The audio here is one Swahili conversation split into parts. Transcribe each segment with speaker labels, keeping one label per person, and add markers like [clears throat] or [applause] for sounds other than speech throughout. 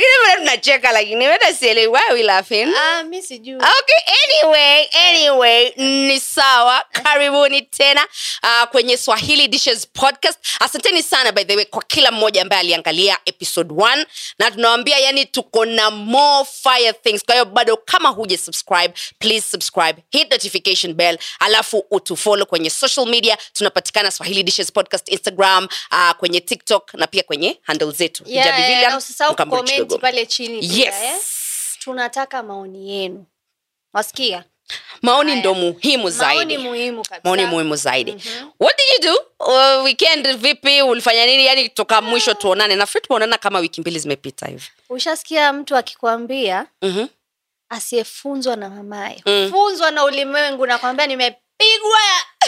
Speaker 1: wewe unacheka lakini wewe sielewi why we laughing
Speaker 2: Ah, mi sijui.
Speaker 1: okay anyway anyway ni sawa karibuni tena uh, kwenye swahili dishes podcast asanteni sana by the way kwa kila mmoja ambaye aliangalia episode 1 na tunawambia yani tuko na more fire things kwa hiyo bado kama huja subscribe please subscribe hit notification bell alafu utufollow kwenye social media tunapatikana swahili dishes podcast instagram uh, kwenye tiktok na pia kwenye handle zetu
Speaker 2: Yeah,
Speaker 1: Hijabi
Speaker 2: yeah,
Speaker 1: William,
Speaker 2: na usisahau
Speaker 1: Mkambule
Speaker 2: kucomment
Speaker 1: Chidogo.
Speaker 2: pale chini pia,
Speaker 1: yes
Speaker 2: eh? tunataka maoni yenu wasikia
Speaker 1: maoni
Speaker 2: Haya.
Speaker 1: ndo muhimu zaidi
Speaker 2: maoni muhimu kabisa.
Speaker 1: maoni muhimu zaidi
Speaker 2: Mhm.
Speaker 1: what did you do uh, weekend vipi ulifanya nini yani toka
Speaker 2: Mm.
Speaker 1: mwisho tuonane nafiri tumeonana kama wiki mbili zimepita hivi
Speaker 2: ushasikia mtu akikwambia
Speaker 1: Mhm.
Speaker 2: asiyefunzwa na mamaye
Speaker 1: Mm.
Speaker 2: funzwa na ulimwengu nakwambia nimepigwa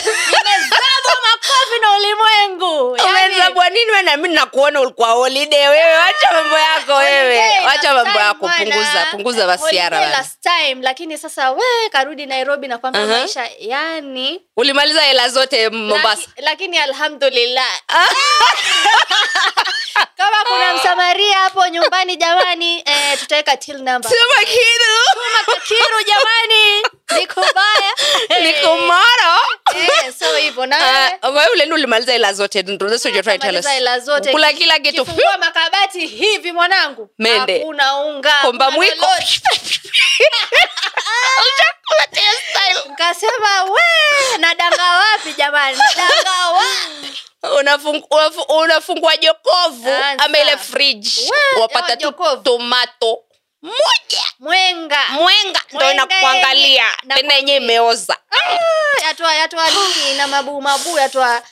Speaker 2: nimezabwa [laughs] makofi na ulimwengu Yaani,
Speaker 1: umezabwa Oh, nini we nami nakuona ulikuwa holiday wewe wacha mambo yako wewe
Speaker 2: holiday
Speaker 1: wacha
Speaker 2: last
Speaker 1: mambo
Speaker 2: time
Speaker 1: yako
Speaker 2: bwana.
Speaker 1: punguza punguza
Speaker 2: Holiday
Speaker 1: wasiara
Speaker 2: last time lakini sasa we karudi nairobi na kwambia
Speaker 1: Aha.
Speaker 2: maisha yani
Speaker 1: ulimaliza hela zote mombasa
Speaker 2: Laki, lakini [laughs] alhamdulillah kama kuna msamaria hapo nyumbani jamani eh, tutaweka till number
Speaker 1: sema kitu
Speaker 2: kiru jamani [laughs] niko baya
Speaker 1: niko mara
Speaker 2: Eh, so hivyo na
Speaker 1: Ah, wewe uleni ulimaliza hela zote ndo that's what you're trying to tell us.
Speaker 2: Maliza hela zote.
Speaker 1: kula kila kitu
Speaker 2: Kifungua makabati hivi mwanangu
Speaker 1: Mende.
Speaker 2: hakuna unga
Speaker 1: komba
Speaker 2: hakuna
Speaker 1: mwiko
Speaker 2: lolote.
Speaker 1: [laughs]
Speaker 2: [laughs] nikasema we nadanga wapi jamani nadanga wapi
Speaker 1: Unafungu- unafu- unafungua jokovu
Speaker 2: Anza.
Speaker 1: ama ile fridge
Speaker 2: We,
Speaker 1: wapata
Speaker 2: ya
Speaker 1: tu
Speaker 2: jokovu.
Speaker 1: tomato moja
Speaker 2: mwenga
Speaker 1: mwenga ndo
Speaker 2: Mwenga
Speaker 1: inakuangalia
Speaker 2: yenye- na
Speaker 1: tena yenye
Speaker 2: kofia.
Speaker 1: imeoza
Speaker 2: yatoa yatoa nini na mabuu mabuu yatoa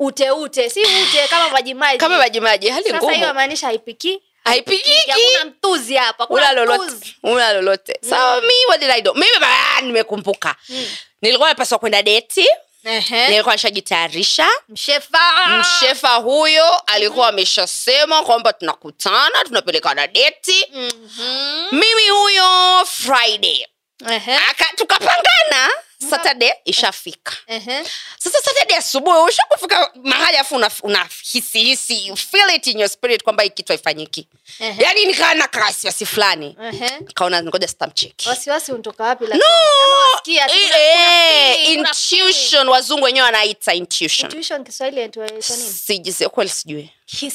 Speaker 2: ute ute si ute kama maji maji
Speaker 1: kama majimaji hali
Speaker 2: sasa hiyo
Speaker 1: ngumu
Speaker 2: maanisha haipiki
Speaker 1: haipikiki
Speaker 2: hakuna Mm. mtuzi hapa
Speaker 1: una
Speaker 2: hakuna mtuzi
Speaker 1: lolote una lolote so mi what did I do? mimi ba- nimekumbuka
Speaker 2: Mm.
Speaker 1: nilikuwa napaswa kwenda deti
Speaker 2: Eh? Ehe.
Speaker 1: nilikuwa nishajitayarisha
Speaker 2: mshefa
Speaker 1: mshefa huyo alikuwa
Speaker 2: Mm-hmm.
Speaker 1: ameshasema kwamba tunakutana tunapelekana deti
Speaker 2: Mhm.
Speaker 1: mimi huyo friday
Speaker 2: Ehe.
Speaker 1: Aka- tukapangana saturday ishafika
Speaker 2: Ehe.
Speaker 1: sasa saturday asubuhi ushakufika mahali afu unahisihisi una feel it in your spirit kwamba hii kitu haifanyiki
Speaker 2: Ehe.
Speaker 1: yani nikaa na kawasiwasi fulani
Speaker 2: Ehe.
Speaker 1: kaona ngoja sitamcheki
Speaker 2: wasiwasi untoka wapi
Speaker 1: no
Speaker 2: lakini kama wasikia tu
Speaker 1: Eh,
Speaker 2: kuna-
Speaker 1: eh,
Speaker 2: feeling, kuna
Speaker 1: intuition wazungu wenyewe wanaita intuition
Speaker 2: intuition Kiswahili inaitwa nini?
Speaker 1: Siji- si- kweli sijui
Speaker 2: hisia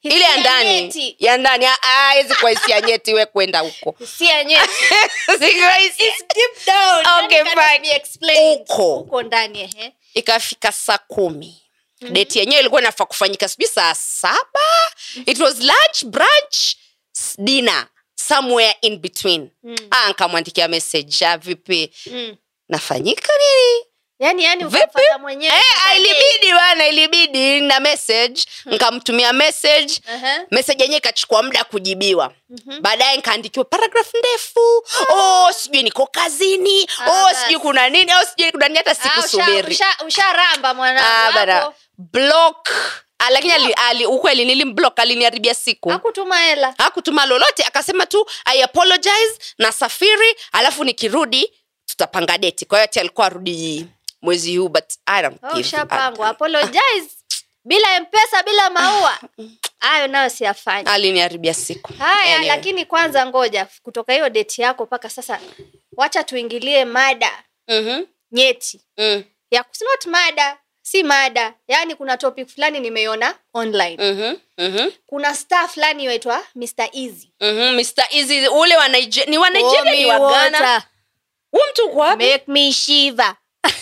Speaker 2: hisia
Speaker 1: ile ya ndani
Speaker 2: nyeti.
Speaker 1: ya ndani ah, ah, hizi kwa hisia nyeti we kwenda
Speaker 2: [laughs]
Speaker 1: huko [laughs]
Speaker 2: hisia nyeti
Speaker 1: Sikuhisi.
Speaker 2: Deep down, Yaani yani
Speaker 1: Okay,
Speaker 2: cannot
Speaker 1: fine.
Speaker 2: be explained.
Speaker 1: Uko.
Speaker 2: uko ndani ehe
Speaker 1: ikafika saa kumi mm-hmm. deti yenyewe ilikuwa inafaa kufanyika sijui saa saba it was lunch brunch s- dinner somewhere in between
Speaker 2: Mm-hmm.
Speaker 1: mm. ah, nkamwandikia message ah, vipi
Speaker 2: mm.
Speaker 1: nafanyika nini
Speaker 2: yani yani
Speaker 1: Vipi?
Speaker 2: ukamfuata Yaani, mwenyewe
Speaker 1: eh, ilibidi bana ilibidi na message
Speaker 2: Mm-hmm.
Speaker 1: nkamtumia message
Speaker 2: Aha.
Speaker 1: message yenyewe ikachukua muda kujibiwa
Speaker 2: Mm-hmm.
Speaker 1: baadaye nkaandikiwa paragraf ndefu oh, sijui niko kazini
Speaker 2: Ah,
Speaker 1: oh,
Speaker 2: basi.
Speaker 1: sijui kuna nini oh, sijui kuna nini hata
Speaker 2: Ah, usha-
Speaker 1: sikusubiri
Speaker 2: usha- usharamba
Speaker 1: Ah, bana
Speaker 2: mwanangu
Speaker 1: block Ah, lakini ali, ali, ukweli nilimblock aliniharibia siku
Speaker 2: akutuma hela Oh,
Speaker 1: hakutuma lolote akasema tu i apologize na safiri alafu nikirudi tutapanga deti kwa hiyo ati alikuwa arudi mwezi huu but I don't
Speaker 2: Oh,
Speaker 1: give
Speaker 2: ushapangwa
Speaker 1: a-
Speaker 2: apologize bila mpesa bila maua hayo nayo siyafanya
Speaker 1: aliniharibia siku
Speaker 2: haya
Speaker 1: Anyway.
Speaker 2: lakini kwanza ngoja kutoka hiyo deti yako mpaka sasa wacha tuingilie mada
Speaker 1: Mhm,
Speaker 2: nyeti
Speaker 1: mm,
Speaker 2: ya it's not mada si mada yaani kuna topic fulani nimeiona online
Speaker 1: mhm, mhm,
Speaker 2: kuna star fulani inaitwa mr easy
Speaker 1: mhm. Mr. Easy, ule wa Nigeria ni wa Nigeria ni wa Ghana
Speaker 2: water,
Speaker 1: huyu mtu uko wapi
Speaker 2: make me shiver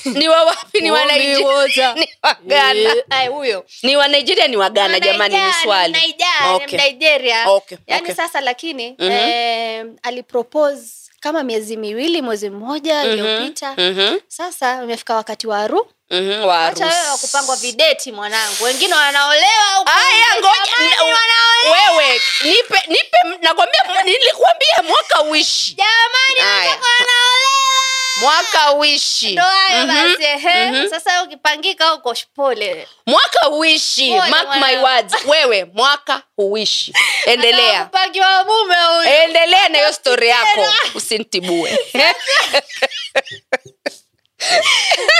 Speaker 1: ni wa wapi ni wa
Speaker 2: Omi
Speaker 1: Nigeria
Speaker 2: water.
Speaker 1: [laughs] ni wa Ghana
Speaker 2: Eh, ai, huyo
Speaker 1: ni wa Nigeria ni wa Ghana
Speaker 2: Ni
Speaker 1: jamani ni
Speaker 2: Nigeria,
Speaker 1: swali
Speaker 2: Nigeria,
Speaker 1: Okay.
Speaker 2: Nigeria.
Speaker 1: Okay,
Speaker 2: yaani
Speaker 1: okay.
Speaker 2: sasa lakini
Speaker 1: Mhm.
Speaker 2: eh, alipropose kama miezi miwili mwezi mmoja
Speaker 1: Mm-hmm.
Speaker 2: iliyopita
Speaker 1: Mhm,
Speaker 2: sasa umefika wakati wa haru
Speaker 1: mhm, wa
Speaker 2: acha wewe
Speaker 1: harusi.
Speaker 2: wakupangwa videti mwanangu wengine wanaolewa huko
Speaker 1: Aya,
Speaker 2: nje,
Speaker 1: ngoja-
Speaker 2: jamani, wanaolewa
Speaker 1: wewe nipe nipe nakwambia nilikwambia mwaka uishi
Speaker 2: jamani
Speaker 1: Aya.
Speaker 2: watoto wanaolewa
Speaker 1: mwaka uishi
Speaker 2: ndo hayo
Speaker 1: Mhm.
Speaker 2: basi ehe.
Speaker 1: Mhm.
Speaker 2: sasa ukipangika huko sh- pole
Speaker 1: mwaka uishi
Speaker 2: Pole,
Speaker 1: mark my
Speaker 2: mwana.
Speaker 1: words wewe mwaka
Speaker 2: [laughs]
Speaker 1: uishi
Speaker 2: Hata
Speaker 1: endelea Eh.
Speaker 2: kupangiwa mume huyu
Speaker 1: endelea na hiyo stori yako
Speaker 2: [laughs]
Speaker 1: usinitibue Eh,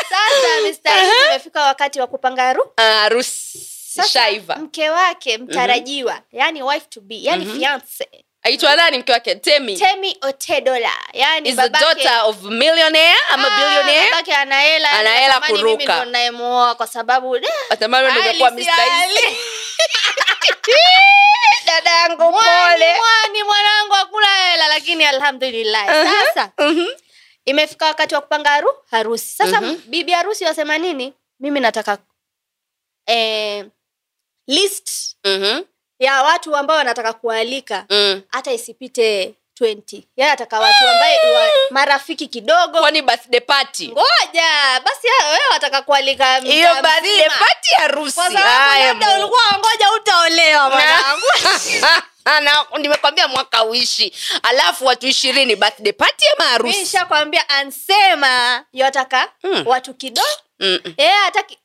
Speaker 2: sasa mistahii imefika wakati wa kupanga haru
Speaker 1: Ah, harusi
Speaker 2: sasa mm.
Speaker 1: shaiva
Speaker 2: mke wake mtarajiwa yani wife to be yani fiance
Speaker 1: aitwa nani mke wake temi
Speaker 2: temi otedola yani
Speaker 1: is the
Speaker 2: babake-
Speaker 1: daughter of millionaire ama
Speaker 2: Ah,
Speaker 1: billionaire
Speaker 2: babake ana hela,
Speaker 1: Ana
Speaker 2: yani
Speaker 1: hela
Speaker 2: natamani mimi
Speaker 1: kuruka.
Speaker 2: ndo nayemuoa kwa sababu Ah, da,
Speaker 1: atamani ningekuwa
Speaker 2: Ali
Speaker 1: Mr.
Speaker 2: si
Speaker 1: Easy.
Speaker 2: [laughs] Ali.
Speaker 1: dada yangu
Speaker 2: Mwani,
Speaker 1: pole
Speaker 2: mwani mwanangu hakuna hela lakini alhamdulillah sasa
Speaker 1: Mhm.
Speaker 2: Uh-huh, imefika wakati wa kupanga haru, harusi sasa
Speaker 1: Mhm.
Speaker 2: bibi harusi wasema nini mimi nataka eh, list
Speaker 1: Mhm.
Speaker 2: ya watu ambao wanataka kualika
Speaker 1: Mm.
Speaker 2: hata isipite 20 yeye ataka watu ambaye wa, marafiki kidogo
Speaker 1: kwani birthday party
Speaker 2: ngoja basi ya- wewe wataka kualika mtaa
Speaker 1: hiyo birthday
Speaker 2: mzima.
Speaker 1: party ya harusi
Speaker 2: kwa sababu
Speaker 1: Haya,
Speaker 2: labda
Speaker 1: Mungu.
Speaker 2: ulikuwa wangoja utaolewa mwanangu
Speaker 1: Na- [laughs] na nimekwambia mwaka uishi alafu watu ishirini birthday party ama
Speaker 2: mi
Speaker 1: harusi
Speaker 2: nishakwambia ansema yotaka
Speaker 1: Mm.
Speaker 2: watu kidogo
Speaker 1: Mm-mm.
Speaker 2: yeye hataki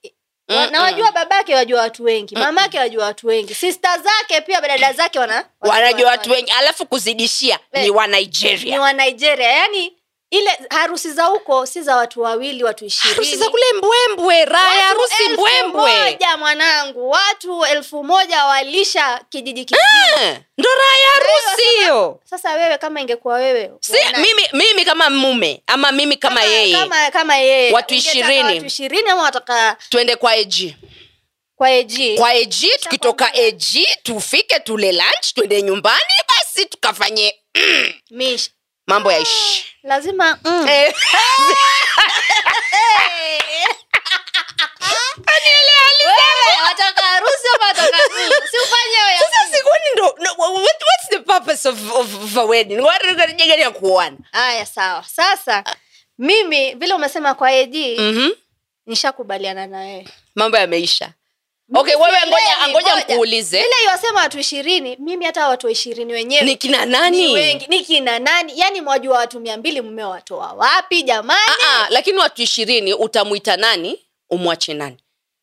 Speaker 2: wa-
Speaker 1: Mm-mm.
Speaker 2: na wajua babake wajua watu wengi mamake wajua watu wengi sista zake pia dada zake wana
Speaker 1: wanajua watu wengi alafu kuzidishia
Speaker 2: Eh.
Speaker 1: ni wa
Speaker 2: ni
Speaker 1: nigeria
Speaker 2: wa nigeria yani ile harusi za huko si za watu wawili watu
Speaker 1: harusi za
Speaker 2: ishirini
Speaker 1: kule mbwembwe raya
Speaker 2: Watu
Speaker 1: harusi
Speaker 2: elfu
Speaker 1: mbwembwe
Speaker 2: moja mwanangu watu elfu moja walisha kijiji kizima
Speaker 1: Eh, ndo raya harusi hiyo
Speaker 2: sasa wewe kama ingekuwa wewe
Speaker 1: si
Speaker 2: wana-
Speaker 1: mimi, mimi kama mume ama mimi kama, yeye
Speaker 2: kama, kama yeye
Speaker 1: Watu
Speaker 2: Ungetaka
Speaker 1: ishirini.
Speaker 2: watu ishirini ama wataka
Speaker 1: twende kwa eg
Speaker 2: kwa eg
Speaker 1: kwa eg tukitoka eg tufike tule lunch twende nyumbani basi tukafanye
Speaker 2: mish
Speaker 1: mambo yaishi
Speaker 2: lazima mm.
Speaker 1: Ah. Eh. [laughs]
Speaker 2: Wewe, wataka harusi ama wataka mm? si ufanye wewe.
Speaker 1: Sasa si kwani ndo no, what, what's the purpose of, of, of a wedding? Watu gani gani ya kuoana?
Speaker 2: haya sawa sasa mimi vile umesema kwa eg
Speaker 1: Mhm.
Speaker 2: nishakubaliana na wewe
Speaker 1: Mambo yameisha. Okay, wewe
Speaker 2: Sielewi,
Speaker 1: ngoja ngoja
Speaker 2: ngoja.
Speaker 1: nikuulize.
Speaker 2: ile iwasema watu ishirini mimi hata watu ishirini wenyewe
Speaker 1: Ni kina
Speaker 2: ni
Speaker 1: nani?
Speaker 2: wengi ni kina nani yani mwajua watu mia mbili mmewatoa wapi jamani
Speaker 1: Ah ah, lakini watu ishirini utamwita nani? Umwache nani?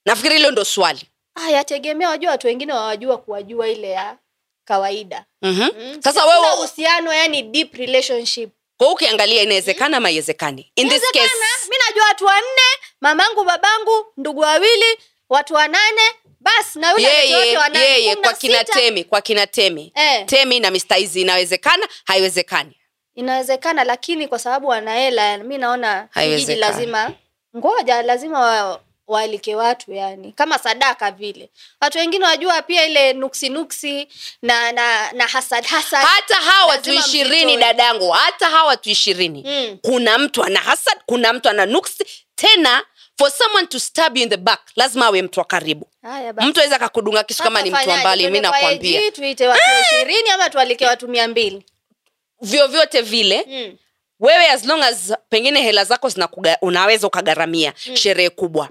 Speaker 1: Nafikiri hilo ndo swali.
Speaker 2: ah, yategemea wajua watu wengine wawajua kuwajua ile ya kawaida
Speaker 1: Mhm.
Speaker 2: Mm,
Speaker 1: Sasa
Speaker 2: hakuna
Speaker 1: wewe
Speaker 2: uhusiano yani deep relationship
Speaker 1: kwa ukiangalia inawezekana ama haiwezekani? In this
Speaker 2: Inawezekana,
Speaker 1: case.
Speaker 2: mi najua watu wanne mamangu babangu ndugu wawili watu wanane basi na yule mtu
Speaker 1: Yeye
Speaker 2: wote wanane,
Speaker 1: yeye
Speaker 2: kumi na
Speaker 1: kwa kina
Speaker 2: sita.
Speaker 1: Temi, kwa kina Temi.
Speaker 2: Eh.
Speaker 1: Temi na Mr. Easy inawezekana? Haiwezekani.
Speaker 2: inawezekana lakini kwa sababu wanahela mi naona kijiji
Speaker 1: Haiwezekani.
Speaker 2: lazima ngoja lazima wa, waalike watu yani kama sadaka vile watu wengine wajua pia ile nuksi nuksi na na na hasad hasad
Speaker 1: hata hawa watu
Speaker 2: lazima
Speaker 1: ishirini
Speaker 2: mzitoe.
Speaker 1: dadangu hata hawa watu ishirini
Speaker 2: Mm.
Speaker 1: kuna mtu ana hasad kuna mtu ana nuksi tena for someone to stab you in the back lazima awe mtu wa karibu
Speaker 2: haya basi
Speaker 1: mtu aweza akakudunga kisu kama ni mtu wa
Speaker 2: Tufanyaje?
Speaker 1: mbali mi
Speaker 2: Tuende kwa
Speaker 1: nakwambia Eh!
Speaker 2: AG, tuite watu ishirini ama tualike watu mia mbili
Speaker 1: vyovyote vile
Speaker 2: mm.
Speaker 1: wewe as long as pengine hela zako zinakuga, unaweza ukagharamia
Speaker 2: Hmm.
Speaker 1: mm. sherehe kubwa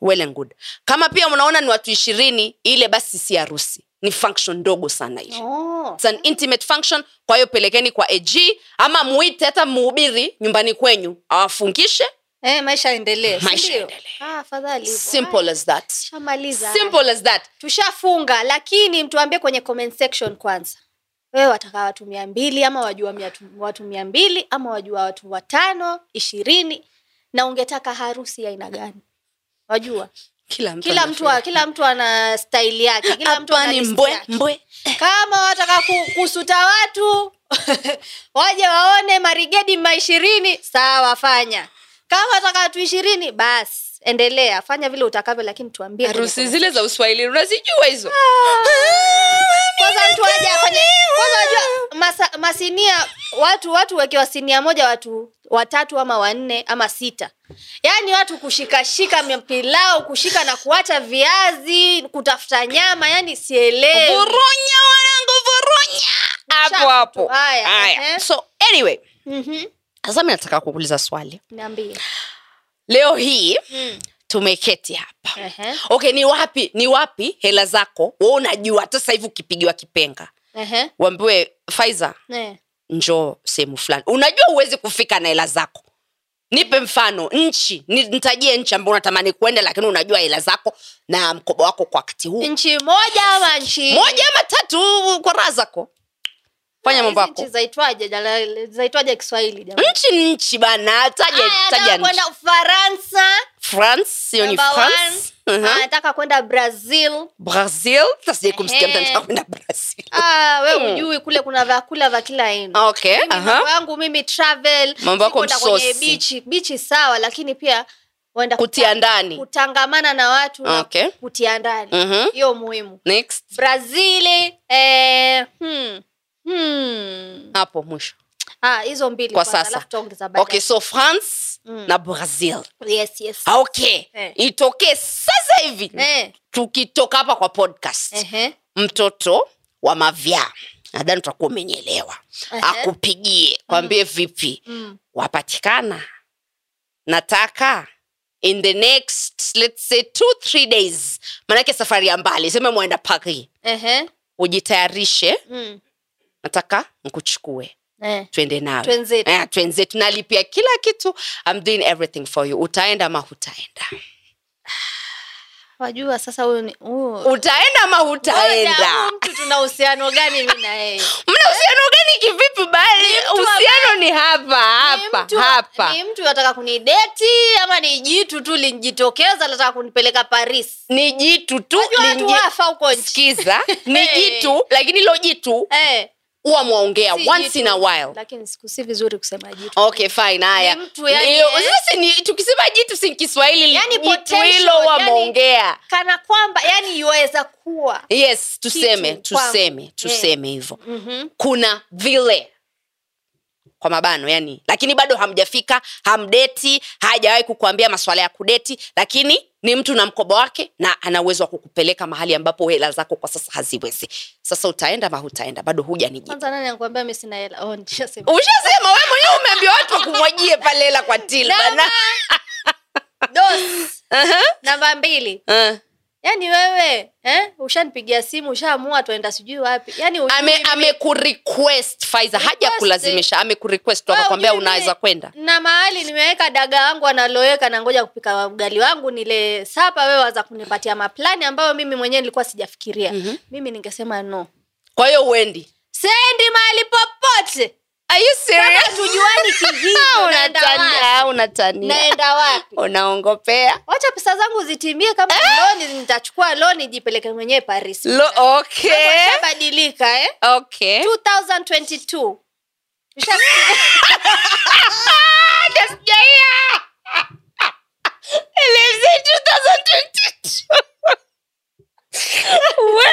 Speaker 1: well and good kama pia unaona ni watu ishirini ile basi si harusi ni function ndogo sana hiyo
Speaker 2: oh.
Speaker 1: It's an intimate function kwa hiyo pelekeni kwa ag ama muite hata mhubiri nyumbani kwenyu awafungishe
Speaker 2: eh, maisha yaendelee si
Speaker 1: Maisha
Speaker 2: ndio?
Speaker 1: yaendelee.
Speaker 2: Ah, afadhali hivyo.
Speaker 1: simple as that
Speaker 2: Ah, tushamaliza
Speaker 1: simple as that
Speaker 2: tushafunga lakini mtuambie kwenye comment section kwanza wewe wataka watu mia mbili ama wajua mia tu- watu mia mbili ama wajua watu watano ishirini na ungetaka harusi ya aina gani wajua
Speaker 1: kila mtu,
Speaker 2: kila
Speaker 1: ana
Speaker 2: mtu
Speaker 1: furaha.
Speaker 2: wa, kila mtu ana staili yake kila mtu
Speaker 1: Hapa
Speaker 2: ana
Speaker 1: ni
Speaker 2: list
Speaker 1: mbwe
Speaker 2: yake.
Speaker 1: mbwe
Speaker 2: kama wataka ku, kusuta watu [laughs] waje waone marigedi maishirini sawa fanya kama wataka watu ishirini basi endelea fanya vile utakavyo lakini tuambie kwenye
Speaker 1: harusi zile za uswahilini unazijua hizo
Speaker 2: kwanza mtu aje afanye kwanza wajua masa, masinia watu watu wekewa sinia moja watu watatu ama wanne ama sita yaani watu kushikashika pilau kushika na kuacha viazi kutafuta nyama yani sielewi
Speaker 1: vurunya wanangu vurunya
Speaker 2: Chafu tu.
Speaker 1: hapo hapo
Speaker 2: Haya,
Speaker 1: Haya.
Speaker 2: ehe.
Speaker 1: so anyway
Speaker 2: Mhm,
Speaker 1: sasa mi nataka kukuuliza swali
Speaker 2: niambie
Speaker 1: leo hii
Speaker 2: Mm,
Speaker 1: tumeketi hapa
Speaker 2: ehe,
Speaker 1: okay ni wapi ni wapi hela zako we unajua hata sasa hivi ukipigiwa kipenga
Speaker 2: ehe, Eh.
Speaker 1: uambiwe faiza
Speaker 2: ne.
Speaker 1: njoo sehemu fulani unajua huwezi kufika na hela zako nipe mfano nchi ni- nitajie nchi ambayo unatamani kuenda lakini unajua hela zako na mkoba wako kwa wakati huu
Speaker 2: nchi moja ama nchi
Speaker 1: moja ama tatu kwa raha zako fanya mambo
Speaker 2: Ah, Hizi
Speaker 1: yako
Speaker 2: nchi zaitwaje jala- zaitwaje kiswahili jamani?
Speaker 1: nchi ni nchi bana taja
Speaker 2: Mm. Haya,
Speaker 1: taja
Speaker 2: nataka
Speaker 1: nchi
Speaker 2: kwenda ufaransa
Speaker 1: france sio ni
Speaker 2: Number one,
Speaker 1: france uh-huh.
Speaker 2: anataka kwenda brazil
Speaker 1: brazil tasijai kumsikia mtu
Speaker 2: Ehe.
Speaker 1: anataka kwenda brazil Ah,
Speaker 2: ah, we ujui kule kuna vyakula vya kila aina
Speaker 1: okay uh-huh.
Speaker 2: Mimi
Speaker 1: Hmm. aha.
Speaker 2: mambo yangu mimi travel
Speaker 1: Mambo yako
Speaker 2: sikuenda kwenye
Speaker 1: msosi.
Speaker 2: bichi bichi sawa lakini pia waenda
Speaker 1: kutia ndani
Speaker 2: kutangamana na watu
Speaker 1: Okay.
Speaker 2: na kutia ndani
Speaker 1: Mhm.
Speaker 2: hiyo muhimu
Speaker 1: next
Speaker 2: brazili eh, hmm. Hmm.
Speaker 1: hapo mwisho
Speaker 2: Ah, hizo mbili
Speaker 1: Kwa
Speaker 2: kwanza,
Speaker 1: sasa.
Speaker 2: alafu tutaongeza baadaye.
Speaker 1: okay so france
Speaker 2: Mm.
Speaker 1: na brazil
Speaker 2: yes, yes.
Speaker 1: Ah, okay
Speaker 2: Eh.
Speaker 1: itokee sasa hivi
Speaker 2: Eh,
Speaker 1: tukitoka hapa kwa podcast
Speaker 2: ehe.
Speaker 1: mtoto wa mavyaa nadhani utakuwa umenyelewa
Speaker 2: Ehe.
Speaker 1: akupigie kwambie vipi
Speaker 2: Mm.
Speaker 1: wapatikana nataka in the next let's say two three days manake safari ya mbali seme mwenda paris
Speaker 2: Ehe.
Speaker 1: ujitayarishe
Speaker 2: Mm.
Speaker 1: nataka nkuchukue
Speaker 2: Eh.
Speaker 1: twende nawe
Speaker 2: Twenzetu.
Speaker 1: Eh, twenzetu nalipia kila kitu I'm doing everything for you utaenda ama hutaenda
Speaker 2: wajua sasa huyu ni huyu-
Speaker 1: utaenda ama
Speaker 2: Ngoja,
Speaker 1: hutaenda
Speaker 2: huyu mtu tuna uhusiano gani mi na yeye
Speaker 1: mna uhusiano gani kivipi bali
Speaker 2: mtu
Speaker 1: uhusiano ni hapa hapa
Speaker 2: Ni mtu-
Speaker 1: hapa
Speaker 2: ni mtu ataka kunideti ama ni jitu tu linjitokeza lataka kunipeleka paris
Speaker 1: ni jitu tu
Speaker 2: Unajua watu
Speaker 1: lingi-
Speaker 2: wafa huko nchi [laughs]
Speaker 1: sikiza ni
Speaker 2: Hey.
Speaker 1: jitu lakini lo jitu
Speaker 2: eh,
Speaker 1: huwa mwaongea
Speaker 2: si
Speaker 1: once
Speaker 2: jitu.
Speaker 1: in a while
Speaker 2: lakini siku si vizuri kusema jitu
Speaker 1: okay fine haya
Speaker 2: Ni mtu yani,
Speaker 1: Iyo,
Speaker 2: eh.
Speaker 1: sasa ni- tukisema jitu si kiswahili
Speaker 2: Yani
Speaker 1: jitu
Speaker 2: potential,
Speaker 1: hilo huwa
Speaker 2: yani-
Speaker 1: mwaongea
Speaker 2: kana kwamba yani iweza kuwa
Speaker 1: yes tuseme
Speaker 2: Kitu kwangu.
Speaker 1: tuseme
Speaker 2: Eh.
Speaker 1: tuseme hivyo
Speaker 2: mm-hmm.
Speaker 1: kuna vile kwa mabano yani lakini bado hamjafika hamdeti hajawahi kukuambia maswala ya kudeti lakini ni mtu na mkoba wake na ana uwezo wa kukupeleka mahali ambapo hela zako kwa sasa haziwezi sasa utaenda ma hutaenda bado huja niji
Speaker 2: kwanza nani ankuambia mi sina hela oh, nishasema
Speaker 1: ushasema we mwenyewe umeambia watu wakumwagie pale hela kwa tilbana
Speaker 2: [laughs] Dos.
Speaker 1: Uh-huh.
Speaker 2: namba mbili
Speaker 1: eh.
Speaker 2: yani wewe eh? ushanipigia simu ushaamua tuenda sijui wapi yani hujui mimi-
Speaker 1: amekurequest faiza haja
Speaker 2: Request.
Speaker 1: kulazimisha amekurequest tu
Speaker 2: Wewe
Speaker 1: akakwambia
Speaker 2: hujui mimi-
Speaker 1: unaweza kwenda
Speaker 2: na mahali nimeweka daga wangu analoweka na ngoja kupika ugali wangu nile sapa wewe waza kunipatia maplani ambayo mimi mwenyewe nilikuwa sijafikiria
Speaker 1: Mhm.
Speaker 2: mimi ningesema no
Speaker 1: kwa hiyo uendi
Speaker 2: sendi mahali popote
Speaker 1: Are you serious? [laughs]
Speaker 2: Kama tujuani kihivyo,
Speaker 1: Ah,
Speaker 2: naenda
Speaker 1: unatania unatania
Speaker 2: naenda wapi
Speaker 1: unaongopea
Speaker 2: wacha pesa zangu zitimie kama
Speaker 1: Eh?
Speaker 2: ni loni nitachukua loni jipeleke mwenyewe paris
Speaker 1: Lo, okay.
Speaker 2: badilika eh?
Speaker 1: Okay.
Speaker 2: 2022 Usha-
Speaker 1: Ah, [laughs] nasikia. Eleze 2022. [laughs] We,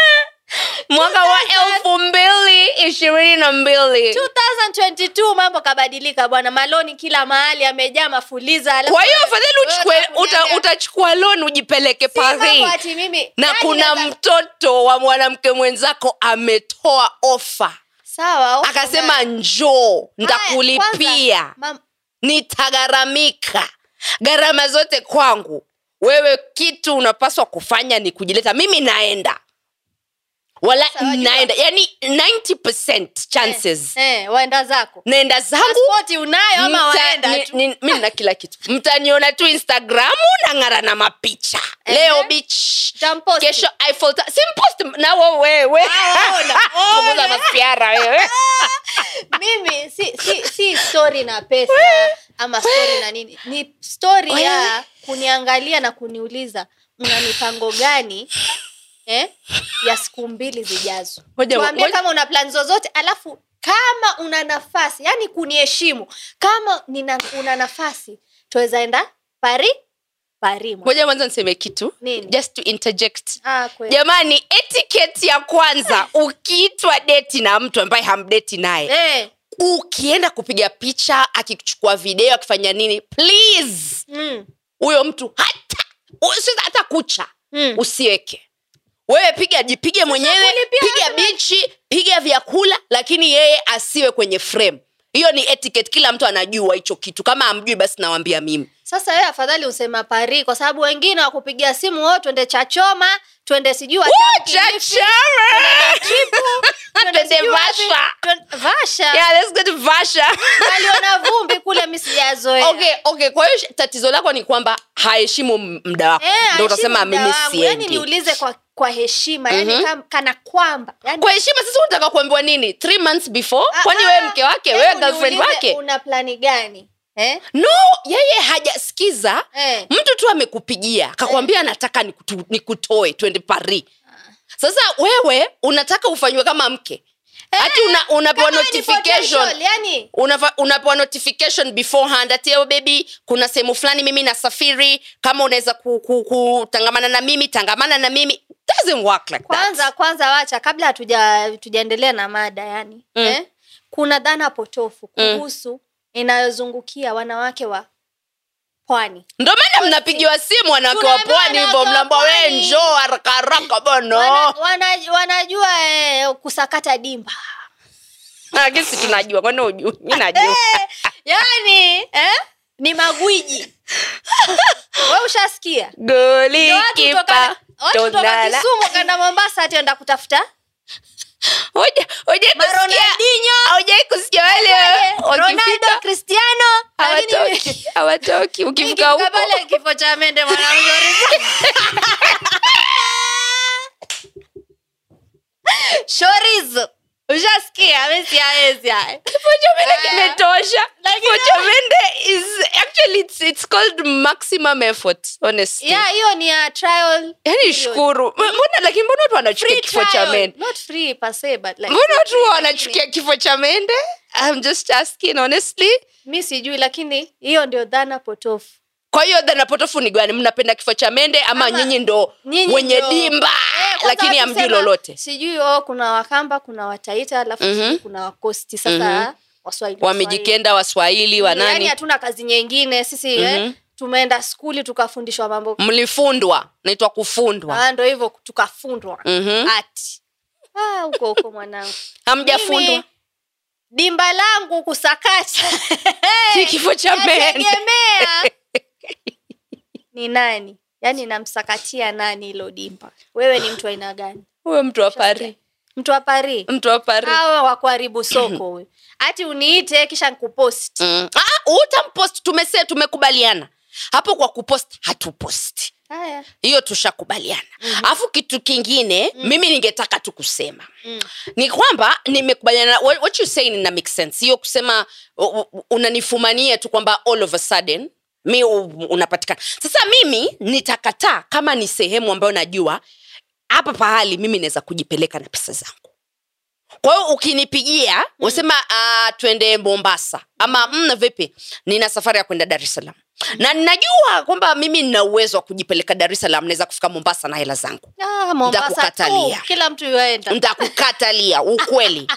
Speaker 1: mwaka wa elfu mbili ishirini na mbili
Speaker 2: 2022 mambo kabadilika bwana maloni kila mahali amejaa mafuliza alafu-
Speaker 1: kwa hiyo afadhali
Speaker 2: Wewe
Speaker 1: uchukue-
Speaker 2: unataka
Speaker 1: uta-
Speaker 2: kuniambia-
Speaker 1: utachukua lon ujipeleke
Speaker 2: Si mambo
Speaker 1: paris
Speaker 2: ati mimi-
Speaker 1: na
Speaker 2: Yaani
Speaker 1: kuna
Speaker 2: naweza-
Speaker 1: mtoto wa mwanamke mwenzako ametoa ofa
Speaker 2: sawa ofa
Speaker 1: akasema
Speaker 2: gani?
Speaker 1: njoo
Speaker 2: Haya,
Speaker 1: ntakulipia
Speaker 2: kwanza, mam-
Speaker 1: nitagharamika gharama zote kwangu wewe kitu unapaswa kufanya ni kujileta mimi naenda wala
Speaker 2: Sawa, jua.
Speaker 1: naenda yani 90 chances
Speaker 2: eh, waenda zako
Speaker 1: naenda zangu
Speaker 2: Pasipoti unayo ama waenda tu
Speaker 1: mi na kila kitu mtaniona tu instagramu na ng'ara na mapicha
Speaker 2: Ehe.
Speaker 1: leo beach
Speaker 2: Utamposti.
Speaker 1: kesho Eiffel Ta- simpost nawo wewe [laughs] punguza mapiara wewe
Speaker 2: Ah, mimi si, si, si story na pesa ama story na nini ni story ya
Speaker 1: Wewe.
Speaker 2: kuniangalia na kuniuliza mna mipango gani eh, ya siku mbili zijazo
Speaker 1: Ngoja-
Speaker 2: tuambie
Speaker 1: ngoja-
Speaker 2: kama una plan zozote alafu kama una nafasi yani kuniheshimu kama nina, una nafasi tuweza enda pari pari
Speaker 1: moja kwanza niseme kitu
Speaker 2: Nini?
Speaker 1: just to interject
Speaker 2: ah, kweli.
Speaker 1: jamani etiketi ya kwanza ukiitwa deti na mtu ambaye hamdeti naye
Speaker 2: eh,
Speaker 1: ukienda kupiga picha akichukua video akifanya nini please
Speaker 2: mm,
Speaker 1: huyo mtu hata usiweza hata kucha
Speaker 2: mm.
Speaker 1: usiweke wewe piga jipige mwenyewe
Speaker 2: kulipia
Speaker 1: piga bichi piga vyakula lakini yeye asiwe kwenye frame hiyo ni etiquette kila mtu anajua hicho kitu kama amjui basi nawambia mimi
Speaker 2: sasa wewe afadhali usema pari kwa sababu wengine wakupigia simu o twende chachoma twende sijui wapi, twende
Speaker 1: Twende
Speaker 2: sijui wapi,
Speaker 1: Vasha.
Speaker 2: twende- vasha
Speaker 1: Yeah, let's go to Vasha.
Speaker 2: waliona vumbi kule mi sijazoea
Speaker 1: [laughs] okay okay kwa hiyo tatizo lako ni kwamba haheshimu m- mda wako
Speaker 2: Eh,
Speaker 1: ndo
Speaker 2: aheshimu
Speaker 1: utasema
Speaker 2: muda
Speaker 1: mimi
Speaker 2: wangu. Yaani yani
Speaker 1: siendi
Speaker 2: niulize kwa, kwa heshima yani
Speaker 1: Mhm.
Speaker 2: kam- kana kwamba yaani yani,
Speaker 1: kwa heshima sasa unataka kuambiwa nini three months before
Speaker 2: Ah,
Speaker 1: kwani
Speaker 2: ah,
Speaker 1: wewe mke wake
Speaker 2: yani
Speaker 1: wewe girlfriend
Speaker 2: uniulize
Speaker 1: wake
Speaker 2: una plani gani eh?
Speaker 1: no yeye hajasikiza
Speaker 2: Eh.
Speaker 1: mtu tu amekupigia akakwambia nataka nikutu- nikutoe twende pari sasa wewe unataka ufanywe kama mke hati una, unapewa
Speaker 2: Eh, Kama wewe ni potential,
Speaker 1: notification
Speaker 2: yani
Speaker 1: Unafa- unapewa notification beforehand ati "Yo, baby kuna sehemu fulani mimi nasafiri kama unaweza ku- ku- kutangamana na mimi tangamana na mimi doesn't work like that.
Speaker 2: kwanza kwanza wacha kabla hatuja- tujaendelea na mada yani
Speaker 1: Mm.
Speaker 2: eh? kuna dhana potofu
Speaker 1: Mm.
Speaker 2: kuhusu inayozungukia wanawake wa pwani
Speaker 1: ndo maana mnapigiwa simu wanawake wa
Speaker 2: Tunaambiwa
Speaker 1: pwani hivyo
Speaker 2: wanawake wa
Speaker 1: mlambwa we
Speaker 2: pwani."
Speaker 1: njoo haraka haraka bono
Speaker 2: Wana- wana- wanajua eh, kusakata dimba
Speaker 1: lakini si Ah, tunajua kwani ujui mi najua
Speaker 2: Eh, yani
Speaker 1: Yaani,
Speaker 2: eh? ni
Speaker 1: [laughs]
Speaker 2: magwiji we ushasikia Ndio
Speaker 1: goli
Speaker 2: watu
Speaker 1: kipa
Speaker 2: toka- watu toka
Speaker 1: tondala
Speaker 2: kisumu kanda mombasa atenda kutafuta Maronaldinho.
Speaker 1: haujai kusikia wale
Speaker 2: ronaldo
Speaker 1: wakifika
Speaker 2: cristiano lakini-
Speaker 1: hawatoki hawatoki ukifika
Speaker 2: Nikifika
Speaker 1: huko
Speaker 2: pale kifo cha mende mwanamke [laughs] shorizo ushasikia mesiawezi
Speaker 1: Pochomende
Speaker 2: Ah.
Speaker 1: kimetosha.
Speaker 2: Lakini- [laughs]
Speaker 1: Pochomende is actually it's, it's called maximum effort honestly.
Speaker 2: ya hiyo ni ya trial
Speaker 1: Yaani shukuru. M- Mbona lakini mbona watu wanachukia
Speaker 2: Free
Speaker 1: kifo cha
Speaker 2: trial.
Speaker 1: mende?
Speaker 2: Not free per se, but like,
Speaker 1: Mbona watu wanachukia kifo cha mende? I'm just asking honestly.
Speaker 2: mi sijui lakini hiyo ndio dhana potofu
Speaker 1: Kwa hiyo dhana potofu ni gani? Mnapenda kifo cha mende ama,
Speaker 2: Ama
Speaker 1: nyinyi ndo
Speaker 2: nyinyi
Speaker 1: wenye
Speaker 2: ndio-
Speaker 1: dimba
Speaker 2: Eh, kwanza
Speaker 1: lakini
Speaker 2: watu
Speaker 1: hamjui
Speaker 2: sema,
Speaker 1: lolote?
Speaker 2: sijui oh, kuna wakamba kuna wataita alafu
Speaker 1: Mhm.
Speaker 2: sijui kuna wakosti sasa
Speaker 1: Mhm.
Speaker 2: waswahili waswahili.
Speaker 1: Wamejikenda Waswahili wa
Speaker 2: yani
Speaker 1: nani?
Speaker 2: Yaani hatuna kazi nyingine sisi eh,
Speaker 1: Mhm.
Speaker 2: tumeenda skuli tukafundishwa mambo
Speaker 1: Mlifundwa, naitwa kufundwa.
Speaker 2: Ah, ndo hivyo tukafundwa
Speaker 1: Mhm.
Speaker 2: ati Ah, huko
Speaker 1: [laughs]
Speaker 2: huko mwanangu
Speaker 1: Hamjafundwa.
Speaker 2: Mimi, dimba
Speaker 1: [laughs]
Speaker 2: langu kusakata [laughs] eh,
Speaker 1: Kifo cha mende. [laughs]
Speaker 2: nategemea ni nani yaani namsakatia nani hilo dimba wewe ni mtu aina gani
Speaker 1: Huyo mtu wa Paris.
Speaker 2: mtu wa paris Ah,
Speaker 1: Mtu wa Paris.
Speaker 2: awe
Speaker 1: [clears throat]
Speaker 2: wakuharibu soko huyu hati uniite kisha nkuposti
Speaker 1: Mm. Ah, utampost tumese tumekubaliana hapo kwa kupost hatuposti
Speaker 2: haya
Speaker 1: hiyo tushakubaliana alafu kitu kingine mimi ningetaka tu kusema
Speaker 2: Mm.
Speaker 1: ni kwamba nimekubaliana wha- what you saying ina make sense hiyo kusema u- u- unanifumania tu kwamba all of a sudden mi u- unapatikana sasa mimi nitakataa kama ni sehemu ambayo najua hapa pahali mimi naweza kujipeleka na pesa zangu kwa hiyo ukinipigia usema uh, twende mombasa ama mm, vipi nina safari ya kwenda dar es salaam na ninajua kwamba mimi nina uwezo wa kujipeleka dar es salaam naweza kufika mombasa na hela zangu
Speaker 2: ah, mombasa tu
Speaker 1: Nitakukatalia.
Speaker 2: kila mtu yuaenda
Speaker 1: ntakukatalia
Speaker 2: [laughs]
Speaker 1: ukweli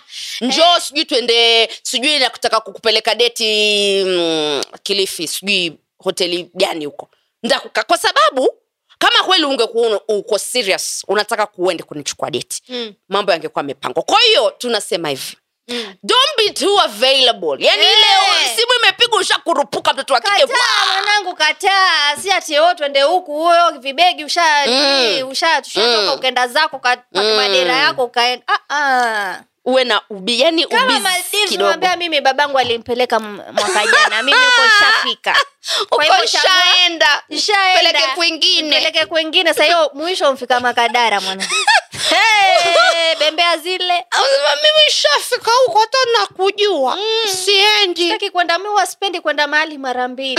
Speaker 1: njoo
Speaker 2: Eh.
Speaker 1: sijui twende sijui nakutaka kukupeleka deti mm, kilifi sijui hoteli gani huko ntakuka kwa sababu kama kweli ungekuwa uko serious unataka kuende kunichukua deti
Speaker 2: Mm,
Speaker 1: mambo yangekuwa yamepangwa kwa hiyo tunasema hivi
Speaker 2: mm.
Speaker 1: don't be too available yani
Speaker 2: Eh.
Speaker 1: ile simu imepigwa ushakurupuka mtoto wa kike
Speaker 2: kataa Ah, mwanangu kataa si ati o twende huku huyo vibegi usha
Speaker 1: Mm.
Speaker 2: usha tushatoka
Speaker 1: Mm.
Speaker 2: ukaenda zako kapaka
Speaker 1: Mm.
Speaker 2: madera yako ukaenda ah, ah.
Speaker 1: uwe na ubi yani
Speaker 2: kama
Speaker 1: ubizi
Speaker 2: Maldives
Speaker 1: kidogo
Speaker 2: naambia mimi babangu alimpeleka m- mwaka jana mimi
Speaker 1: [laughs]
Speaker 2: uko shafika Kwa hivyo
Speaker 1: uko
Speaker 2: chagua-
Speaker 1: shaenda
Speaker 2: Nishaenda.
Speaker 1: Peleke kwingine.
Speaker 2: peleke kwingine sahiyo mwisho mfika makadara mwana
Speaker 1: [laughs]
Speaker 2: hey, bembea zile
Speaker 1: Anasema, mimi shafika huko hata nakujua siendi
Speaker 2: taki kwenda mi waspendi kwenda mahali mara
Speaker 1: Mm.
Speaker 2: mbili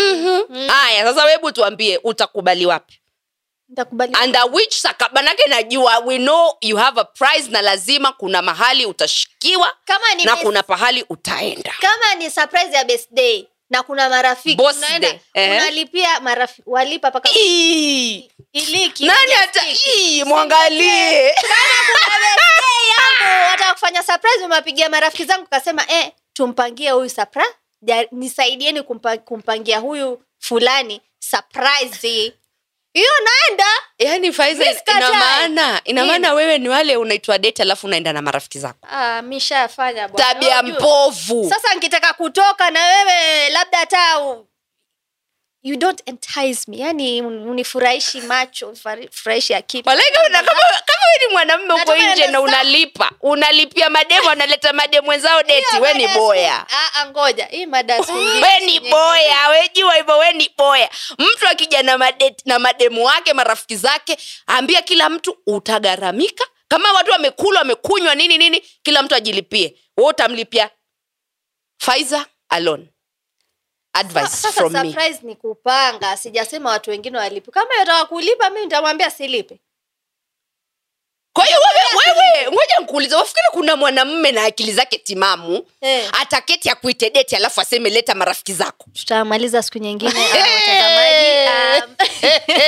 Speaker 1: haya sasa webu tuambie utakubali wapi
Speaker 2: ntakubali
Speaker 1: under which saka- manake najua we know you have a prize na lazima kuna mahali utashikiwa
Speaker 2: kama ni
Speaker 1: na
Speaker 2: best-
Speaker 1: kuna pahali utaenda
Speaker 2: kama ni surprise ya birthday na kuna marafiki
Speaker 1: Boss
Speaker 2: unaenda
Speaker 1: day, Eh? ehe.
Speaker 2: unalipia marafiki
Speaker 1: [laughs]
Speaker 2: walipa paka
Speaker 1: Ii,
Speaker 2: iliki
Speaker 1: nani hata ii, mwangalie
Speaker 2: hata kufanya surprise umewapigia marafiki zangu kasema eh tumpangie huyu sapra ja- nisaidieni kumpa, kumpangia huyu fulani surprise hiyo naenda
Speaker 1: yaani faiza
Speaker 2: Miss
Speaker 1: ina
Speaker 2: Katai.
Speaker 1: maana ina
Speaker 2: Nini?
Speaker 1: maana wewe ni wale unaitwa date alafu unaenda na marafiki zako
Speaker 2: ah, mishafanya bwana.
Speaker 1: tabia
Speaker 2: Unajua.
Speaker 1: mpovu
Speaker 2: sasa nkitaka kutoka na wewe labda hata u- you don't entice me yani un- unifurahishi macho unifurahishi akili
Speaker 1: malaika una kama kama we ni mwanamume uko
Speaker 2: Nataka
Speaker 1: nje na
Speaker 2: naenda
Speaker 1: unalipa unalipia mademu analeta mademu wenzao deti we ni boya
Speaker 2: Ah, ah, ngoja hii mada [laughs] ya siku ingine
Speaker 1: we ni
Speaker 2: yenyewe.
Speaker 1: boya wejua hivyo we ni boya mtu akija na, made, na mademu wake marafiki zake ambia kila mtu utagharamika kama watu wamekula wamekunywa nini nini kila mtu ajilipie we utamlipia faiza alone advice
Speaker 2: Ah, sasa
Speaker 1: from me
Speaker 2: surprise ni kupanga sijasema watu wengine walipe kama yotaka kulipa mimi nitamwambia silipe
Speaker 1: kwa hiyo wewe, wewe ngoja nkuuliza wafikiri kuna mwanamme na akili zake timamu
Speaker 2: Eh.
Speaker 1: ataketi akuite deti alafu aseme leta marafiki
Speaker 2: [laughs]
Speaker 1: zako
Speaker 2: tutamaliza siku [laughs] nyingine ah, [laughs]
Speaker 1: Eh.
Speaker 2: watazamaji, ah,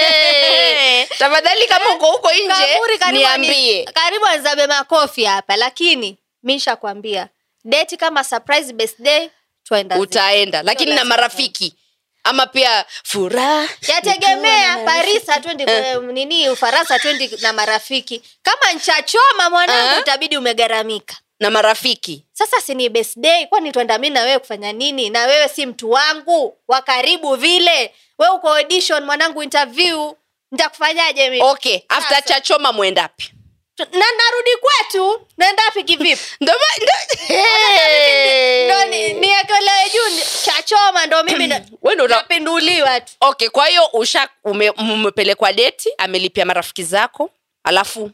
Speaker 1: Eh, tafadhali kama uko huko
Speaker 2: ah, Kaburi
Speaker 1: nje
Speaker 2: karibu ani-
Speaker 1: niambie
Speaker 2: karibu anizabe makofi hapa lakini mi nishakwambia deti kama surprise birthday twaenda zetu.
Speaker 1: utaenda lakini na
Speaker 2: lazima.
Speaker 1: marafiki ama pia furaha
Speaker 2: yategemea paris hatwendi kwe- nini ufaransa hatwendi na marafiki kama nchachoma mwanangu
Speaker 1: Ah.
Speaker 2: itabidi umegaramika
Speaker 1: [laughs] na marafiki
Speaker 2: sasa si ni birthday kwani twenda mi na wewe kufanya nini na wewe si mtu wangu wa karibu vile we uko audition mwanangu interview ntakufanyaje mimi
Speaker 1: okay after
Speaker 2: Sasa.
Speaker 1: chachoma mwendapi
Speaker 2: Tu- na narudi kwetu naendapi kivipi
Speaker 1: Ndo ma-
Speaker 2: [laughs]
Speaker 1: ndo- Hey!
Speaker 2: ndo ni- niekelee juu ni- chachoma ndo mimi na-
Speaker 1: Wewe ndo una-
Speaker 2: napinduliwa tu
Speaker 1: okay kwa hiyo usha ume- umepelekwa deti amelipia marafiki zako alafu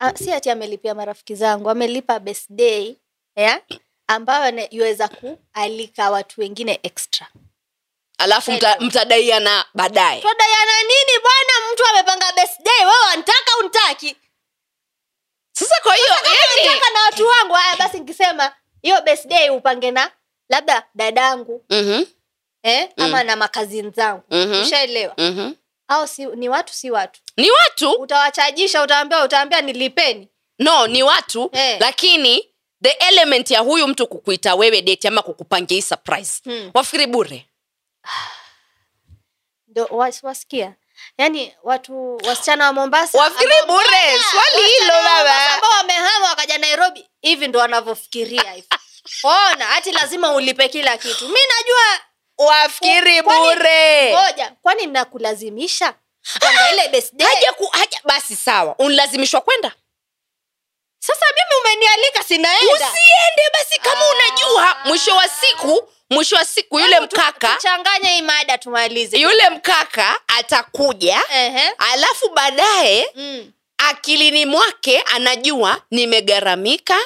Speaker 2: Ah, si ati amelipia marafiki zangu amelipa birthday yeah? ambayo ne- yuweza kualika watu wengine extra
Speaker 1: alafu mta, mtadaiana baadaye
Speaker 2: twadayana nini bwana mtu amepanga birthday wewe wantaka untaki
Speaker 1: sasa kwa hiyo yaani- yani-
Speaker 2: taka Yaani na watu wangu haya basi nikisema hiyo birthday upange na labda dadangu
Speaker 1: Mhm,
Speaker 2: eh? ama
Speaker 1: Mm.
Speaker 2: na makazini zangu
Speaker 1: Mhm.
Speaker 2: ushaelewa
Speaker 1: mhm.
Speaker 2: au si, ni watu si watu
Speaker 1: ni watu
Speaker 2: utawachajisha utaambia utaambia nilipeni
Speaker 1: no ni watu
Speaker 2: Eh.
Speaker 1: lakini the element ya huyu mtu kukuita wewe deti ama kukupangia hii surprise
Speaker 2: Hmm.
Speaker 1: wafikiri bure
Speaker 2: ndo was- wasikia yaani watu wasichana wa mombasa
Speaker 1: wafikiri
Speaker 2: ambao-
Speaker 1: bure swali hilo
Speaker 2: Wasichana wa Mombasa
Speaker 1: baba
Speaker 2: ambao wamehama wakaja nairobi hivi ndo wanavyofikiria hivi ona hati lazima ulipe kila kitu mi najua
Speaker 1: wafikiri
Speaker 2: Kwani-
Speaker 1: bure
Speaker 2: ngoja kwani mnakulazimisha kwamba ile birthday
Speaker 1: Ah! haja ku haja basi sawa unalazimishwa kwenda
Speaker 2: sasa mimi umenialika sinaenda
Speaker 1: usiende basi kama
Speaker 2: Ah.
Speaker 1: unajua mwisho wa siku mwisho wa siku yule
Speaker 2: Hebu tu-
Speaker 1: mkaka
Speaker 2: tuchanganye hii mada tumalize
Speaker 1: yule mkaka atakuja
Speaker 2: Ehe.
Speaker 1: alafu baadaye
Speaker 2: Mm.
Speaker 1: akilini mwake anajua nimegharamika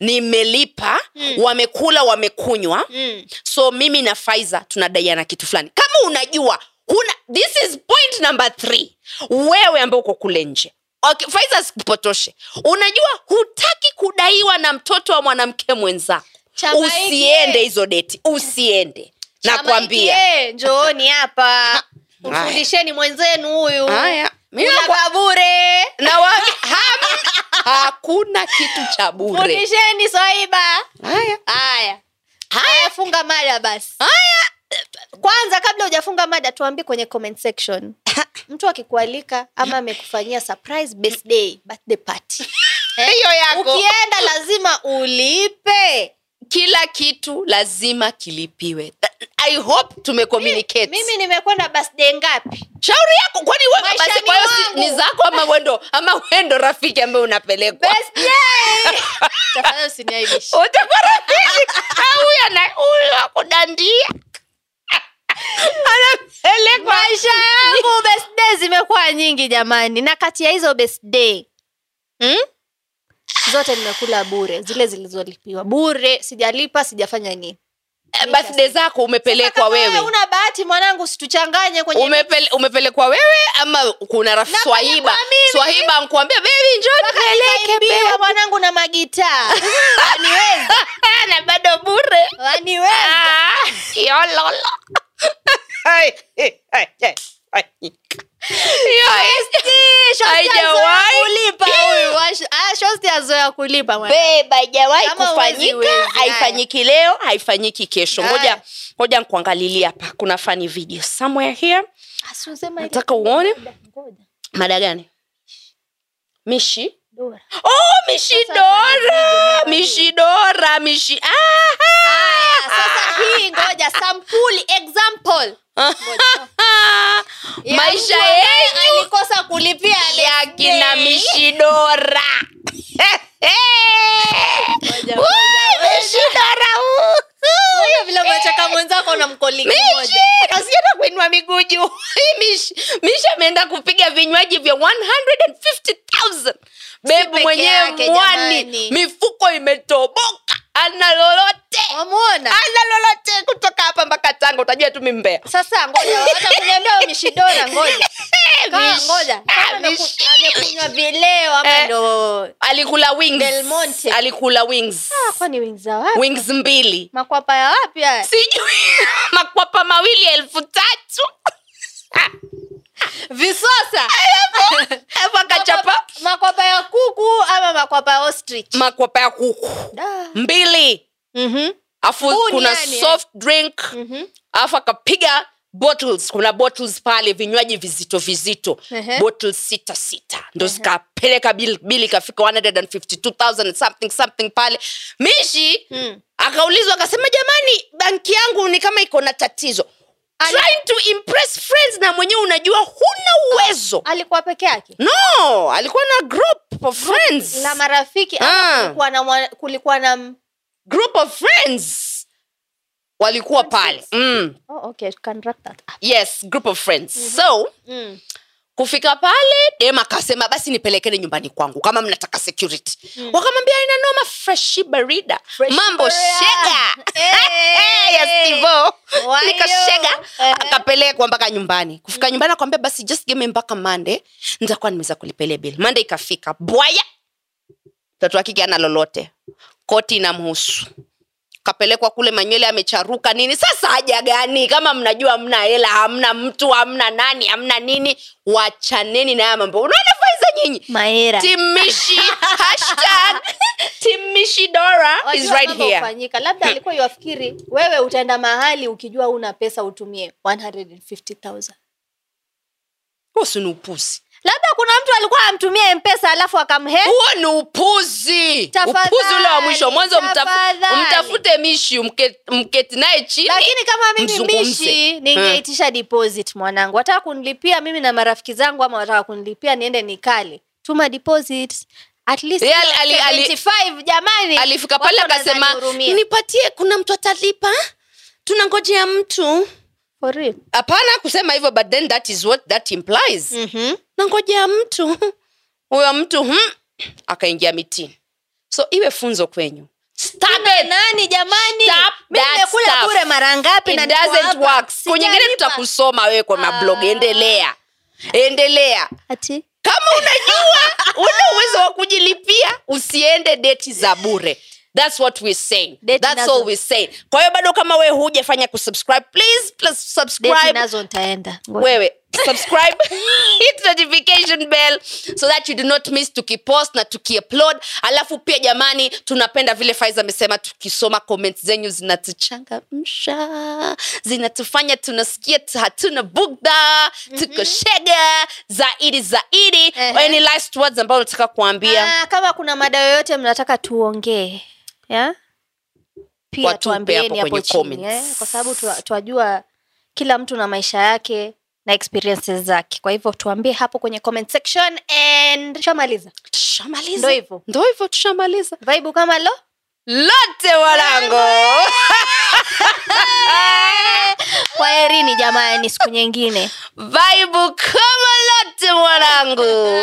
Speaker 1: nimelipa
Speaker 2: Mm.
Speaker 1: wamekula wamekunywa
Speaker 2: Mm.
Speaker 1: so mimi na faiza tunadaiana kitu fulani kama unajua huna, this is point number three wewe ambao uko kule nje okay, faiza sikupotoshe unajua hutaki kudaiwa na mtoto wa mwanamke mwenzako
Speaker 2: Chama hiki,
Speaker 1: usiende
Speaker 2: eh.
Speaker 1: hizo deti usiende nakwambia
Speaker 2: Chama hiki, njooni
Speaker 1: [laughs]
Speaker 2: hapa mfundisheni mwenzenu huyu
Speaker 1: Haya, mimi
Speaker 2: Kula
Speaker 1: nakwa-
Speaker 2: kwa bure
Speaker 1: na wa- [laughs] ham- hakuna kitu cha bure
Speaker 2: fundisheni swaiba
Speaker 1: haya
Speaker 2: haya haya funga mada basi
Speaker 1: haya
Speaker 2: kwanza kabla hujafunga mada tuambie kwenye comment
Speaker 1: [laughs]
Speaker 2: section mtu akikualika ama amekufanyia surprise birthday birthday party Eh?
Speaker 1: hiyo yako
Speaker 2: ukienda lazima ulipe
Speaker 1: kila kitu lazima kilipiwe i hope tumecommunicate
Speaker 2: mimi nimekwenda birthday ngapi
Speaker 1: shauri yako kwani wewe
Speaker 2: Maisha
Speaker 1: basi
Speaker 2: ni
Speaker 1: kwa hiyo si-
Speaker 2: wangu.
Speaker 1: ni zako ama wendo ama wendo rafiki ambaye unapelekwa
Speaker 2: birthday [laughs] tafadhali usiniaibishe
Speaker 1: utakuwa rafiki au huyu ana- huyu akudandia anapelekwa
Speaker 2: maisha yangu birthday zimekuwa nyingi jamani na kati ya hizo birthday hmm? zote nimekula bure zile zilizolipiwa bure sijalipa sijafanya nini
Speaker 1: Eh, birthday zako
Speaker 2: Sasa
Speaker 1: umepelekwa
Speaker 2: kama wewe
Speaker 1: wewe
Speaker 2: una bahati mwanangu situchanganye kwenye
Speaker 1: Umepele, umepelekwa wewe ama kuna raf
Speaker 2: Na
Speaker 1: swahiba
Speaker 2: pelekwa mimi.
Speaker 1: swahiba ankuambia bebi
Speaker 2: Mpaka nikaibiwa mwanangu
Speaker 1: [laughs]
Speaker 2: na magitaa aniweza
Speaker 1: njona bado bure
Speaker 2: aniweza
Speaker 1: Ah, yololo Ai, ai, ai, ai, ai. Haijawahi.
Speaker 2: kulipa huyu Wash- ah, shosti azoea kulipa mwanangu.
Speaker 1: Babe, haijawahi
Speaker 2: Kama huwezi,
Speaker 1: kufanyika
Speaker 2: huwezi.
Speaker 1: haifanyiki leo haifanyiki kesho
Speaker 2: Haya.
Speaker 1: ngoja ngoja nkuangalilia hapa kuna funny video somewhere here er
Speaker 2: Ah, si usema ile-
Speaker 1: nataka uone
Speaker 2: Ngoja,
Speaker 1: mada gani mishi
Speaker 2: Dora.
Speaker 1: oh mishidora mishidora mishi ah,
Speaker 2: Haya, sasa hii ngoja sampuli example
Speaker 1: [laughs] ah.
Speaker 2: ya
Speaker 1: maisha
Speaker 2: mtu ambaye
Speaker 1: yenyu
Speaker 2: alikosa kulipia
Speaker 1: ya
Speaker 2: birthday.
Speaker 1: kina mishidora
Speaker 2: Ngoja,
Speaker 1: Woo,
Speaker 2: ngoja.
Speaker 1: mishidora uhu.
Speaker 2: Ngoja vile unacheka mwenzako na mkoliki moja
Speaker 1: mishi kasikia na kuinua miguu juu mishi mishi ameenda kupiga vinywaji vya 150000 bebu
Speaker 2: peke
Speaker 1: mwenyewe
Speaker 2: yake,
Speaker 1: mwani
Speaker 2: jamani.
Speaker 1: mifuko imetoboka ana lolote
Speaker 2: wamwona
Speaker 1: Ah. ana lolote kutoka hapa mpaka tanga utajua tu mimi mbea
Speaker 2: sasa ngoja watakuniambia umishidora
Speaker 1: [laughs]
Speaker 2: ngoja kama ngoja kama ameku-
Speaker 1: Ah, Mishi-
Speaker 2: amekunywa vileo ama
Speaker 1: Eh.
Speaker 2: ndo
Speaker 1: alikula wings
Speaker 2: Del Monte.
Speaker 1: alikula wings
Speaker 2: Ah, kwani wingi za wapi
Speaker 1: wings mbili
Speaker 2: makwapa ya wapi haya
Speaker 1: sijui [laughs] makwapa mawili elfu tatu Ah.
Speaker 2: visosa [laughs]
Speaker 1: Alafu akachapa
Speaker 2: Makwapa- makwapa ya kuku ama makwapa ya ostrich
Speaker 1: makwapa ya kuku
Speaker 2: Da.
Speaker 1: mbili Mm-hmm.
Speaker 2: Mhm.
Speaker 1: afu
Speaker 2: Huu ni
Speaker 1: kuna
Speaker 2: nani? eh?
Speaker 1: soft drink
Speaker 2: Mhm.
Speaker 1: alafu akapiga bottles kuna bottles pale vinywaji vizito vizito
Speaker 2: Ehe.
Speaker 1: bottles sita sita ndo zikapeleka bili bili ikafika 152000 something something pale mishi
Speaker 2: Mm.
Speaker 1: akaulizwa akasema jamani banki yangu ni kama iko na tatizo
Speaker 2: Ali-
Speaker 1: trying to impress friends na mwenyewe unajua huna uwezo
Speaker 2: alikuwa peke yake
Speaker 1: no alikuwa na group of friends
Speaker 2: la marafiki
Speaker 1: Ah.
Speaker 2: ama kulikuwa na mwa- kulikuwa na m-
Speaker 1: group of friends walikuwa pale mm.
Speaker 2: oh, okay you can wrap that up
Speaker 1: yes group of friends so [laughs]
Speaker 2: mm.
Speaker 1: kufika pale dem akasema basi nipelekeni nyumbani kwangu kama mnataka security mm. wakamwambia ina noma freshi barida
Speaker 2: Fresh
Speaker 1: mambo
Speaker 2: barida.
Speaker 1: shega
Speaker 2: Hey.
Speaker 1: yes, Tivo.
Speaker 2: Why Mm.
Speaker 1: nikashega
Speaker 2: you? Eh.
Speaker 1: akapelekwa mpaka nyumbani kufika nyumbani akwambia basi just give me mpaka mande nitakuwa nimeweza kulipelea bili mande ikafika bwaya mtoto wa kike ana lolote koti inamhusu kapelekwa kule manywele amecharuka nini sasa haja gani kama mnajua hamna hela hamna mtu hamna nani hamna nini wachaneni na haya mambo unaona faiza nyinyi
Speaker 2: [laughs] maera [laughs]
Speaker 1: timishi hashtag timishi dora is
Speaker 2: Wajua
Speaker 1: right
Speaker 2: mambo
Speaker 1: here
Speaker 2: hufanyika.
Speaker 1: [laughs]
Speaker 2: labda alikuwa yuafikiri wewe utaenda mahali ukijua una pesa utumie 150000
Speaker 1: huo ni upuzi
Speaker 2: labda kuna mtu alikuwa amtumia mpesa alafu akamhe
Speaker 1: huo ni upuzi
Speaker 2: Tafadhali,
Speaker 1: upuzi ule wa mwisho mwanzo mtaf-
Speaker 2: tafadhali.
Speaker 1: mtafute mishi mke- mketi naye chini
Speaker 2: lakini kama mimi
Speaker 1: mzungumze. Eh.
Speaker 2: mishi ningeitisha deposit mwanangu wataka kunilipia mimi na marafiki zangu ama wataka kunilipia niende nikali tuma deposit at least
Speaker 1: Yeah, ali- ali-
Speaker 2: 75 jamani
Speaker 1: alifika pale
Speaker 2: watu
Speaker 1: akasema
Speaker 2: wananihurumia.
Speaker 1: nipatie kuna mtu atalipa tuna ngojea mtu
Speaker 2: For real.
Speaker 1: hapana kusema hivyo but then that is what that implies mm.
Speaker 2: Mhm.
Speaker 1: nangojea mtu huyo mtu hmm, akaingia mitini so iwe funzo kwenyu Stop it.
Speaker 2: nani jamani
Speaker 1: Stop
Speaker 2: Mimi
Speaker 1: that
Speaker 2: nimekula
Speaker 1: stuff.
Speaker 2: bure mara ngapi na
Speaker 1: It
Speaker 2: niko
Speaker 1: doesn't
Speaker 2: hapa.
Speaker 1: work. siku nyingine
Speaker 2: Sijalipa.
Speaker 1: tutakusoma wewe kwa mablog
Speaker 2: Ah.
Speaker 1: endelea endelea
Speaker 2: Ati?
Speaker 1: kama unajua una uwezo wa kujilipia usiende deti za bure thats what we saying
Speaker 2: Date
Speaker 1: that's
Speaker 2: nazo-
Speaker 1: all we saying kwa hiyo bado kama wewe hujafanya kusubscribe please, please
Speaker 2: Date
Speaker 1: subscribe
Speaker 2: nazo ntaenda Ngoja.
Speaker 1: wewe subscribe [laughs] hit notification bell so that you do not miss tukipost na tukiupload alafu pia jamani tunapenda vile faiz amesema tukisoma comments zenyu zinatuchangamsha zinatufanya tunasikia tu- hatuna bugdha tuko shega zaidi zaidi
Speaker 2: Mhm. Ehe.
Speaker 1: any last words ambayo unataka kuambia
Speaker 2: Ah, kama kuna mada yoyote mnataka tuongee ya? pia
Speaker 1: Watupe hapo
Speaker 2: tuambieni
Speaker 1: kwenye
Speaker 2: hapo chini eh?
Speaker 1: comments.
Speaker 2: kwa sababu twa- twajua kila mtu na maisha yake na experiences zake kwa hivyo tuambie hapo kwenye comment section and shamaliza
Speaker 1: tushamaliza
Speaker 2: Ndo hivyo.
Speaker 1: ndo hivyo tushamaliza
Speaker 2: vaibu kama lo
Speaker 1: lote walango
Speaker 2: kwaherini jamani siku nyingine
Speaker 1: [laughs] vaibu kama lote mwanangu
Speaker 2: [laughs] Ah.